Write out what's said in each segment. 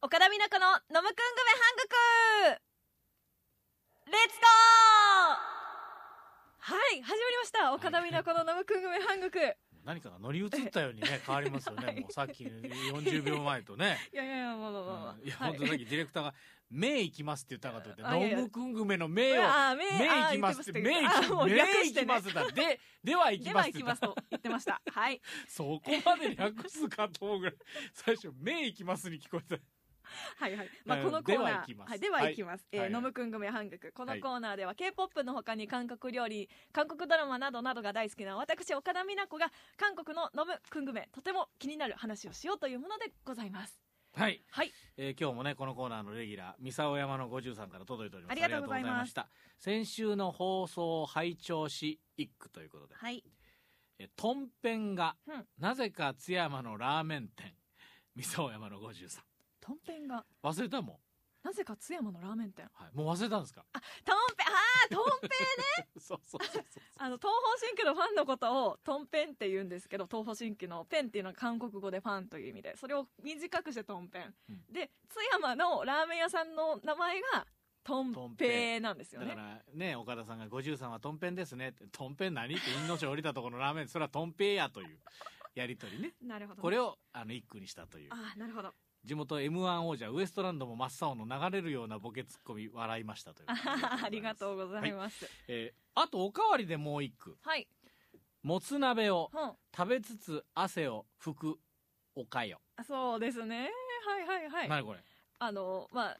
岡田美奈子の飲むくんぐめ半額レッツゴーはい始まりました岡田美奈子の飲むくんぐめ半額い何かが乗り移ったようにね変わりますよね、はいもうさっき40秒前と ね、やいやいやまあまあまあまあ、うんいやはい本当さっきディレクターが「目行きます」って言ったかとあいや思っいてや「ノムクングメの目をあー目目あー行きます」って「言目て行ましたけどあきーもう目略行してねきます」だで「では行きでまはす」っ行てき言ったますと言ってましたはいそこまで略すかと思うぐらい最初「目行きます」に聞こえたはいはい、まあ、うんこのコーナーでは行きますはい、では行きます、はいえーはいはノいムくん組半額このはいコーナーでは k p o p の他に韓国料理韓国ドラマなどなどが大好きな私岡田美奈子が韓国のノムくん組とても気になる話をしようというものでございますはい、はいえー今日もねこのコーナーのレギュラー三沢山の50さんから届いておりますありがとうございますありがとうございました先週の放送を拝聴し一句ということではいえとんぺんが、うんなぜか津山のラーメン店三沢山の53とんぺんが忘れたもん、なぜか津山のラーメン店はい、もう忘れたんですかとんぺんあーとんぺん そうそうそうそうあの東方神起のファンのことをとんぺんって言うんですけど東方神起のペンっていうのは韓国語でファンという意味でそれを短くしてとんぺん、うんで津山のラーメン屋さんの名前がとんとんぺぺいなんですよだかねらね岡田さんが「53はとんぺんですね」って「とんぺん何?」って「因島降りたところのラーメンそれはとんぺんや」というやり取りねなるほどね、これをあの一句にしたというああなるほど地元 m 1王者ウエストランドも真っ青の流れるようなボケツッコミ笑いましたというあはは ありがとうう、ございますえーあとおかわりでもう一句はい、もつ鍋をほん食べつつ汗を拭くおかよ、あそうですねはいはいはい、何これあのまあ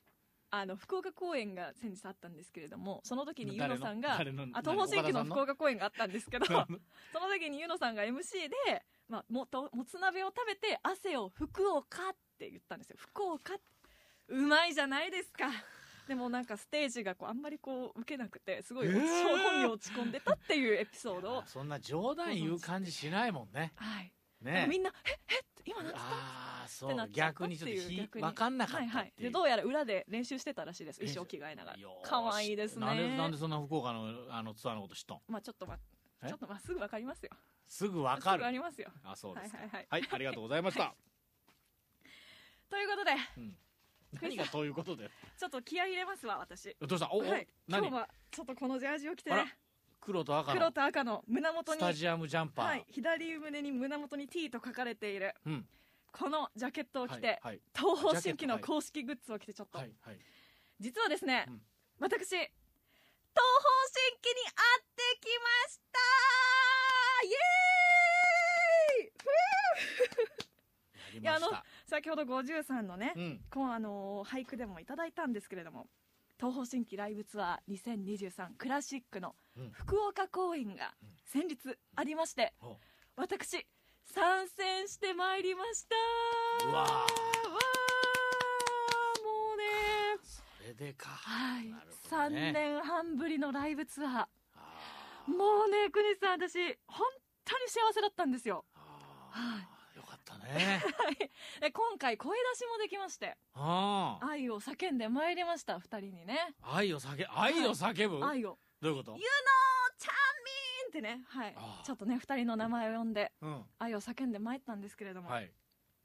あの福岡公演が先日あったんですけれどもその時にゆ誰ののさんが誰のあ東方神起の福岡岡公演があったん ですけど田さんのその時にゆのさんが MC で、まあ、もともつ鍋を食べて汗を福岡って言ったんですよ福岡ってうまいじゃないですか でもなんかステージがこうあんまりこう受けなくてすごい落ち、えー本人落ち込んでたっていうエピソードを あそんな冗談言う感じしないもんねはい、でもねみんな「ええっ?」て今なんつったああっそてなうっちゃった逆っていにうちょっとひ逆に分かんなかはっいたはっい、ていでうどうやら裏で練習してたらしいです衣装着替えながらよーし可愛いですねなんでなんでそんな福岡のあのツアーのこと知っとんまあちょっとまえちょっとまあすぐわかりますよすぐ分かすぐあるりますよあそうはでいすかはいはいはいありがとうございましたということでうん福井何さんがということでちょっと気合い入れますわ私どうしたおおはい、今日何はちょっとこのジャージを着てあらね黒と赤黒のと赤の胸元スにタジアムジャンパはーい、左胸に胸元に T と書かれているうんこのジャケットを着て、はいはい東方神起あのジャケット公式グッズを着てちょっと、はいはい実はですね、うん私東方神起に会ってきましたイエーイふやりまいやあしのた先ほど53のね、うんこうあのー俳句でもいただいたんですけれども東方神起ライブツアー2023クラシックのうん福岡公演がうん先日ありまして、お私参戦してまいりましたうわーわーもうねそれでかはい、なるほど3ね年半ぶりのライブツアあーーもうね国さん私本当に幸せだったんですよあーよかったねで今回声出しもできましてああ愛を叫んでまいりました2人にね愛を叫愛を叫ぶ愛をどういうこと言チャンミーンってね、はいあ、ーちょっとね2人の名前を呼んでうん愛を叫んでまいったんですけれども、はい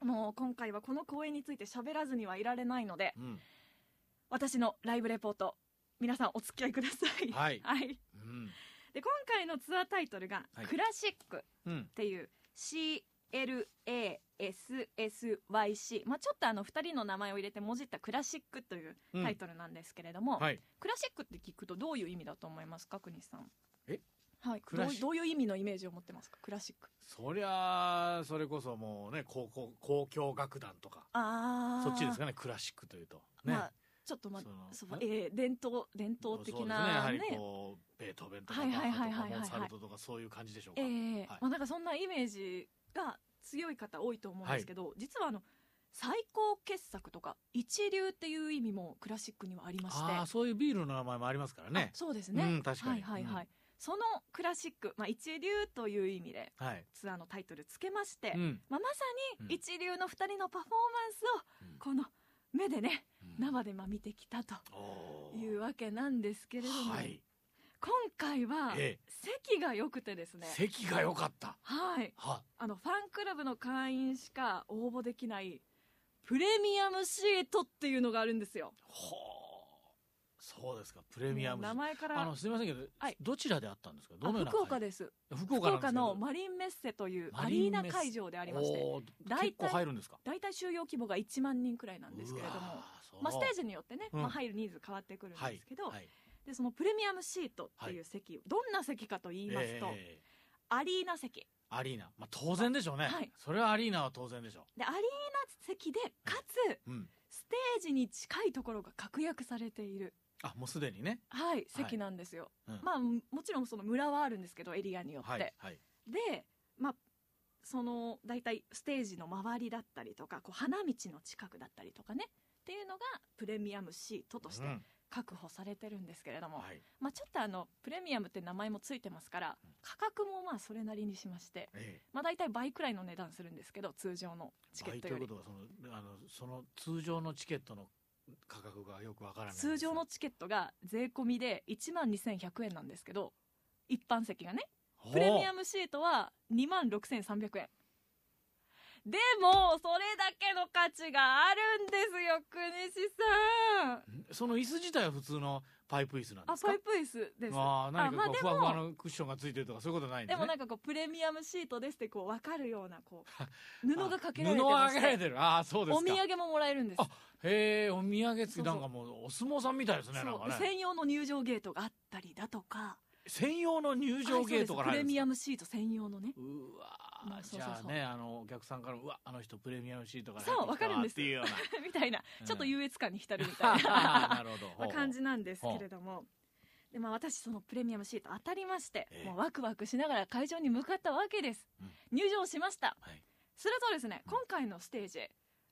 もう今回はこの公演について喋らずにはいられないのでうん私のライブレポート皆さんお付き合いくださいはいはい、うんで今回のツアータイトルがはい「クラシック」っうんていう CLASSYC、まあ、ちょっとあの2人の名前を入れてもじった「クラシック」といううんタイトルなんですけれども、はいクラシックって聞くとどういう意味だと思いますか国さんえはいクどラうシックどういう意味のイメージを持ってますかクラシックそりゃあそれこそもうね高校交響楽団とかああそっちですかねクラシックというとね、まあちょっとまあそのそのえー伝統伝そ統うです的ねなやはねりこうベートーベンとかはバいッはいはいはいはいハとかモンサルトとかそういう感じでしょうか、ええはいまあなんかそんなイメージが強い方多いと思うんですけど、実はあの最高傑作とか一流っていう意味もクラシックにはありましてああそういうビールの名前もありますからねあそうですね、うん確かにはいはいはい、そのクラシック、まあ、一流という意味ではい、ツアーのタイトルつけまして、うんまあ、まさうんに一流の二人のパフォーマンスをこの目でねうん生でまあ見てきたとおーいうわけなんですけれども、はい今回はええ席が良くてですね、席が良かったはいはあのファンクラブの会員しか応募できないプレミアムシートっていうのがあるんですよ。ほうそうですかプレミアもムう名前かあらのすみませんけど、はいどちらであったんですかどあのような福岡です会福福岡岡なんですけどのマリンメッセというマアリリーンメッセナ会場でありましておー大体結構入るんですか大体収容規模が1万人くらいなんですけれどもうわーそうまあ、ステージによってね、うんまあ、入るニーズ変わってくるんですけど、はいでそのプレミアムシートっていう席、どんな席かと言いますと、えアリーナ席ーアリーナ、まあ、当然でしょうね、はいそれはアリーナは当然でしょでアリーナ席でかつう、うん、ステージに近いところが確約されている、あもうすでにね、はい、席なんですよ、うんまあもちろんその村はあるんですけどエリアによって、はいはいでまあその大体ステージの周りだったりとかこう花道の近くだったりとかねっていうのがプレミアムシートとしてうん確保されてるんですけれども、はいまあ、ちょっとあのプレミアムって名前もついてますからうん価格もまあそれなりにしまして、えまあ、大体倍くらいの値段するんですけど通常のチー、ケ倍ットとよいうこりとはそのあのその通常のチケットの価格がよくわからないんですが通常のチケットが税込みで1万2100円なんですけど一般席がねほうプレミアムシートは2万6300円でもそれだけの価値があるんですよ国士さんその椅子自体は普通のパイプ椅子なんであすかパイプ椅子ですあー何かこうふあまあでわもふわのクッションがついてるとかそういうことないんでですもなねんかこうプレミアムシートですってこう分かるようなこ う布がかけられて布がまかしけられててるああそうですかお土産ももらえるんですあへえお土産付そうそきなうんかもうお相撲さんみたいですねなんそかうね専用の入場ゲートがあったりだとか専用の入場ゲートからはいそうですプレ入るんでミすアムシート専用のね うわまーあそじうそうそうゃあねあのお客さんからうわあの人プレミアムシートからそう入ってきたわかるんですっていうようみたいなうんちょっと優越感に浸るみたい なな なるほどほまあうほう感じなんですけれどもで、まあ、私そのプレミアムシート当たりましてええもうワクワクしながら会場に向かったわけですうん入場しましたはいするとですねうん今回のステージ、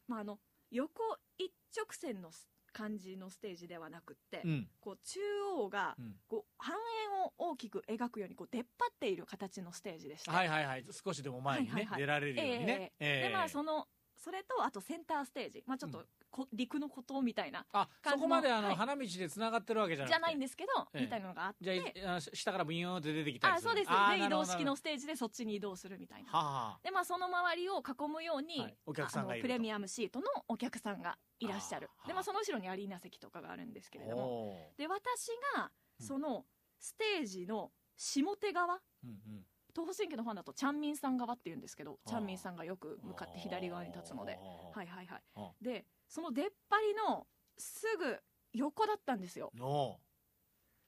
まあ、あの横一直線の感じのステージではなくって、うんこう中央がうんこう半円を大きく描くようにこう出っ張っている形のステージでした、はいはいはい少しでも前にね、はいはいはい出られるようにね、えでまあのそのそれとあとセンターステージ、まあ、ちょっうとこ、陸の孤島みたいなあ感じのそこまであの、はい花道でつながってるわけじゃなくじてゃないんですけど、ええみたいなのがあってじゃあいあの下からブヨーンって出てきたりあするそうですあーでな移るほ動ど式のステージでそっちに移動するみたいなはあはあでまあその周りを囲むように、はいお客さんがいあのるプとレミアムシートのお客さんがいらっしゃるあーでまあその後ろにアリーナ席とかがあるんですけれどもおで私がうんそのステージの下手側ーうんうん東方神起のファンだとチャンミンさん側って言うんですけどあーチャンミンさんがよく向かって左側に立つのではいいはいはあいでその出っ張りのすぐ横だったんですよお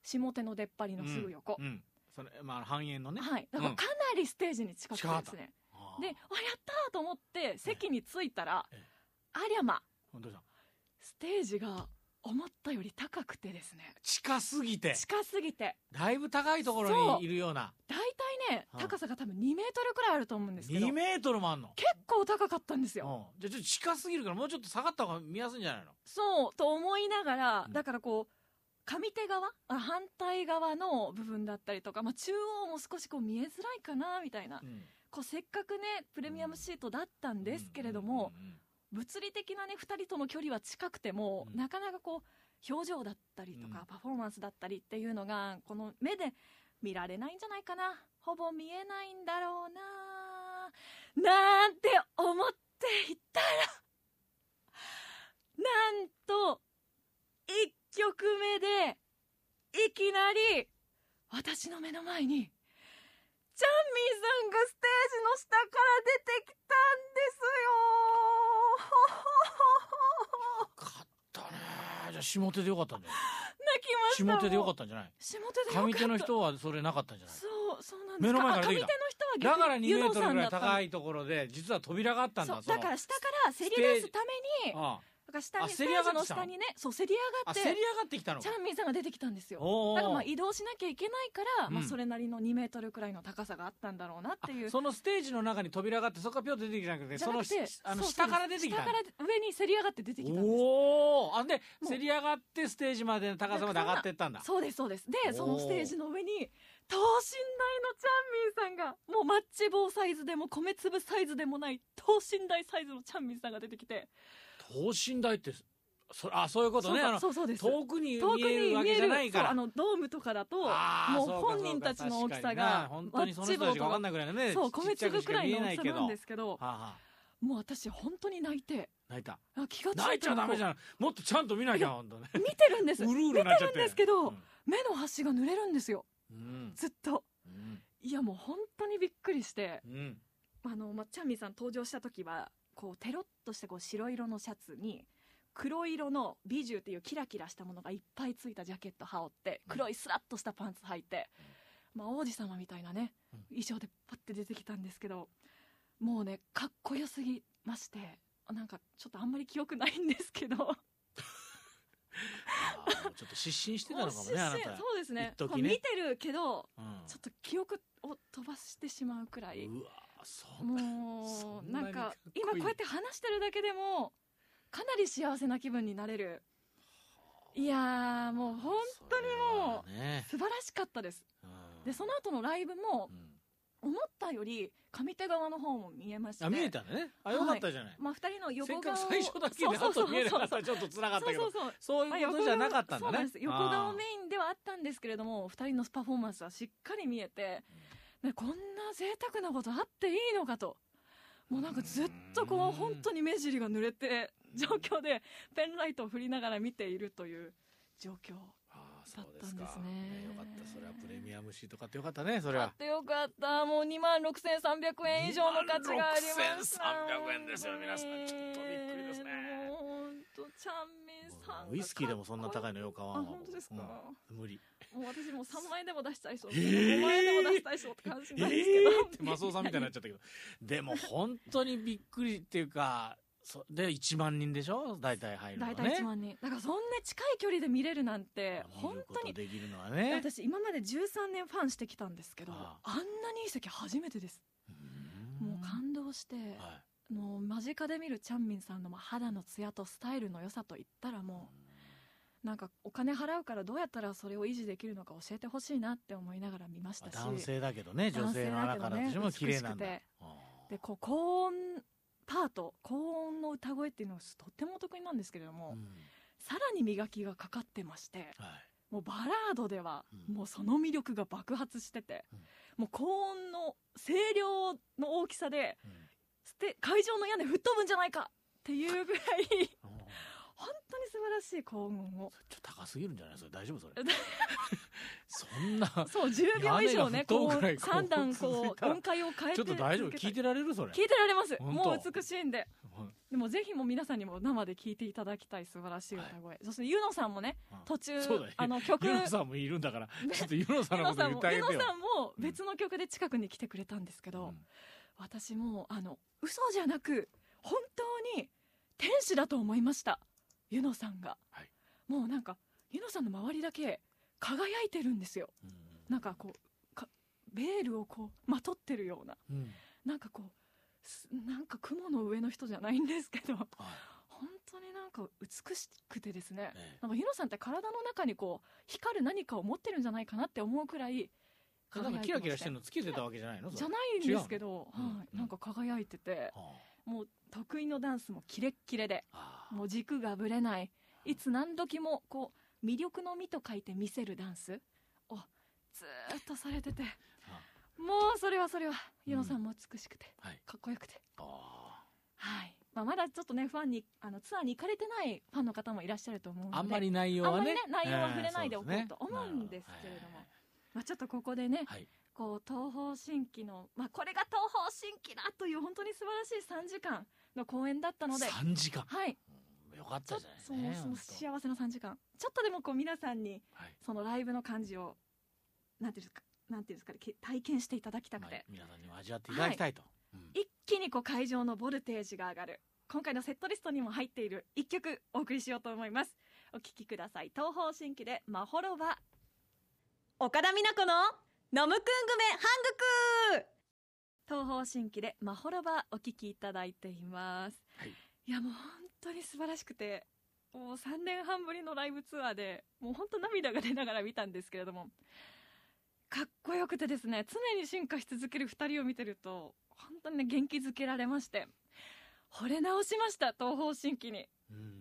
下手の出っ張りのすぐ横、ーうんそれまあ半円のねはいだかうんらかなりステージに近くてですね、あでーあやったーと思って席に着いたら、ええありゃまどうしたステージが思ったより高くてですね近すぎて近すぎてだいぶ高いところそにういるような大体ねうん高さが多分2メートルくらいあると思うんですけど2結メートルもあんの構高かったんですようんじゃあちょっと近すぎるからもうちょっと下がった方が見やすいんじゃないのそうと思いながら、うんだからこう上手側あ反対側の部分だったりとか、まあ、中央も少しこう見えづらいかなみたいな、うんこうせっかくねプレミアムシートだったんですけれども、うんうんうん物理的なね2人との距離は近くても、うんなかなかこう表情だったりとか、うんパフォーマンスだったりっていうのがこの目で見られないんじゃないかなほぼ見えないんだろうななんて思っていたらなんと1曲目でいきなり私の目の前にチャンミーさんがステージの下から出てきたんですよ よかったねじゃあ下手でよかったんじゃない泣きました下手でよかっったんじゃないた下手でよかった上手の人はそれなかったんじゃないそうそうなんです目の前からあ出上て手きのた人はだから2メートルぐらいい高いところで実は扉があったんそだうだから下からせり出すためにだあから下あにせステり上がーっジてきたのの下にねそうせり上があっせり上てがってきたのチャンミーさんが出てきたんですよおーだからまあ移動しなきゃいけないから、まあ、うんそれなりの2メートルくらいの高さがあったんだろうなっていうあそのステージの中に扉があってそこからピョンって出てきたんじゃなくてじゃなくそのてしあのそう下から出てきた下から上にせり上がって出てきたんですおおあでうせり上がってステージまでの高さまで上がってったんだそうですそうですおでーそのステージの上に等身大のチャンミンさんがもうマッチ棒サイズでも米粒サイズでもない等身大サイズのチャンミンさんが出てきて等身大ってそあそういうことねあのそうそうそうです遠くに遠く見えるにわ見えけじゃるないかそうらあのドームとかだともうあーそうか本人たちの大きさがそうか確かにな本当にその人たちが分かんないぐらいのねそうちっ米ちゃく粒しくからい見えのな大きいさけどなんですけどはあはあもう私本当に泣いて泣いたあ気がついた泣いちゃダメじゃんゃんもっとちゃんと見なきゃほんとね見てるんですうるうるなっちゃっ見ててるんですけどうん目の端が濡れるんですようんずっとうんいやもう本当にびっくりしてうんあのまっちゃんみーさん登場した時はこうテロッとしたこう白色のシャツに黒色のビジューっていうキラキラしたものがいっぱいついたジャケット羽織ってうん黒いスラッとしたパンツ履いて、まあ、王子様みたいなねうん衣装でパッて出てきたんですけどもうねかっこよすぎましてなんかちょっとあんまり記憶ないんですけどあーもうちょっと失神してたのかもねあなたそうですね一時ねこう見てるけどうんちょっと記憶を飛ばしてしまうくらい。うわそんなもそうんななんにかっかこいい今こうやって話してるだけでもかなり幸せな気分になれるいやーもうほん当にもうね素晴らしかったですうんでその後のライブもうん思ったより上手側の方も見えましてあ見えたんだねあはいよかったじゃないまあ2人の横せっ顔かをく最初だけでそうあそうとそう見えなかそうったらちょっとつらかったそうけそうどそうそうまあいうこ横と顔じゃなかったんそうだなんねです横顔メイインではあったんですけれども2人のパフォーマンスはしっかり見えてねこんな贅沢なことあっていいのかと。もうなんかずっとこううん本当に目尻が濡れて状況でペンライトを振りながら見ているという状況ああだそうっでたすんかですねねよかったそれはプレミアムシート買ってよかったねそれ買っはてよかったもう2万6300円以上の価値がありました26,300円ですよ皆さんちょっとびっくりですねもう本当ちゃんみんさんがかっこウイスキーでもそんな高いののよかわあんわ本当ですか、うん無理もう私もう3万円でも出したいそう、えー5万円でも出したいそうって感じなんですけど、えーってマスオさんみたいになっちゃったけど でも本当にびっくりっていうかそで1万人でしょ大体入るのは大ね体1万人だからそんな近い距離で見れるなんて本当見ることにできるのはね私今まで13年ファンしてきたんですけどああんなにいい席初めてですうんもう感動して、はもう間近で見るチャンミンさんのまあ肌のツヤとスタイルの良さといったらいもうなんかお金払うからどうやったらそれを維持できるのか教えてほしいなって思いながら見ましたし男性だけどね女男性だ性けどねの穴から私も綺麗な美しんだくてあーでこう高音パート高音の歌声っていうのがとってもお得意なんですけれども、うんさらに磨きがかかってましてはいもうバラードでは、うんもうその魅力が爆発してて、うんもう高音の声量の大きさでうん捨て会場の屋根吹っ飛ぶんじゃないかっていう ぐらいうん本当に素晴らしい高音をちょっと高すぎるんじゃないそれ大丈夫 それだそんなそう10秒以上ね屋根が吹っ飛ぶこぐらうい高音3段続こいうたら音階を変えてちょっと大丈夫続けた聞いてられるそれ聞いてられます本当もう美しいんでうんでもぜひもう皆さんにも生で聞いていただきたい素晴らしい歌声、そしてユノさんもねうん途中、そうだよあの曲ユノさんもいるんだからちょっとユノさんユのノことさん言っもてあげユてノよさんも別の曲で近くに来てくれたんですけど、私もあの嘘じゃなく本当に天使だと思いましたユノさんが、はいもうなんかユノさんの周りだけ輝いてるんですようんなんかこうかベールをこうまとってるようなうんなんかこうすなんか雲の上の人じゃないんですけどは本当になんか美しくてですねいねなんかユノさんって体の中にこう光る何かを持ってるんじゃないかなって思うくらいえなんかキラキラしてるるのつけてたわけじゃないのそれじゃないんですけど、違うのはいうんなんか輝いてて、はもう得意のダンスもキレッキレであああもう軸がぶれないいつ何時もこう魅力の「美」と書いて見せるダンスをずーっとされててもうそれはそれはユノさんも美しくて、はいかっこよくて、あはいまあ、まだちょっとねファンにあのツアーに行かれてないファンの方もいらっしゃると思うのであんまり内容はねあんまりね内容は触れないでえーおこそうと思うんですけれどもまあ、ちょっとここでね、はいこう東方神起の、まあ、これが東方神起だという本当に素晴らしい3時間の公演だったので、は3時間い、うんよかっちょたっじゃないと、ねそほんのと幸せの3時間ちょっとでもこう皆さんにはいそのライブの感じをなんていうんですかなんていうんですかねけ体験していただきたくまあて、皆さんにも味わっていただきたいとうん一気にこう会場のボルテージが上がる今回のセットリストにも入っている一曲お送りしようと思いますお聴きください東方神起で「まほろば」岡田美奈子のノムクングメハングク東方神起で「まほろば」お聴きいただいています、はいい、やもう本当に素晴らしくてもう3年半ぶりのライブツアーでもう本当涙が出ながら見たんですけれどもかっこよくてですね常に進化し続ける2人を見てると本当にね元気づけられまして惚れ直しました東方神起に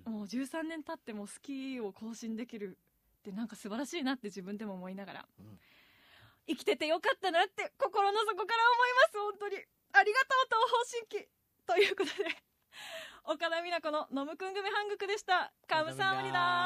うんもう13年経ってもスキーを更新できるってなんか素晴らしいなって自分でも思いながら、うん生きててよかったなって心の底から思います本当にありがとう東方神起ということで岡田美奈子のノムくん組半グクでした。カムサハムニダ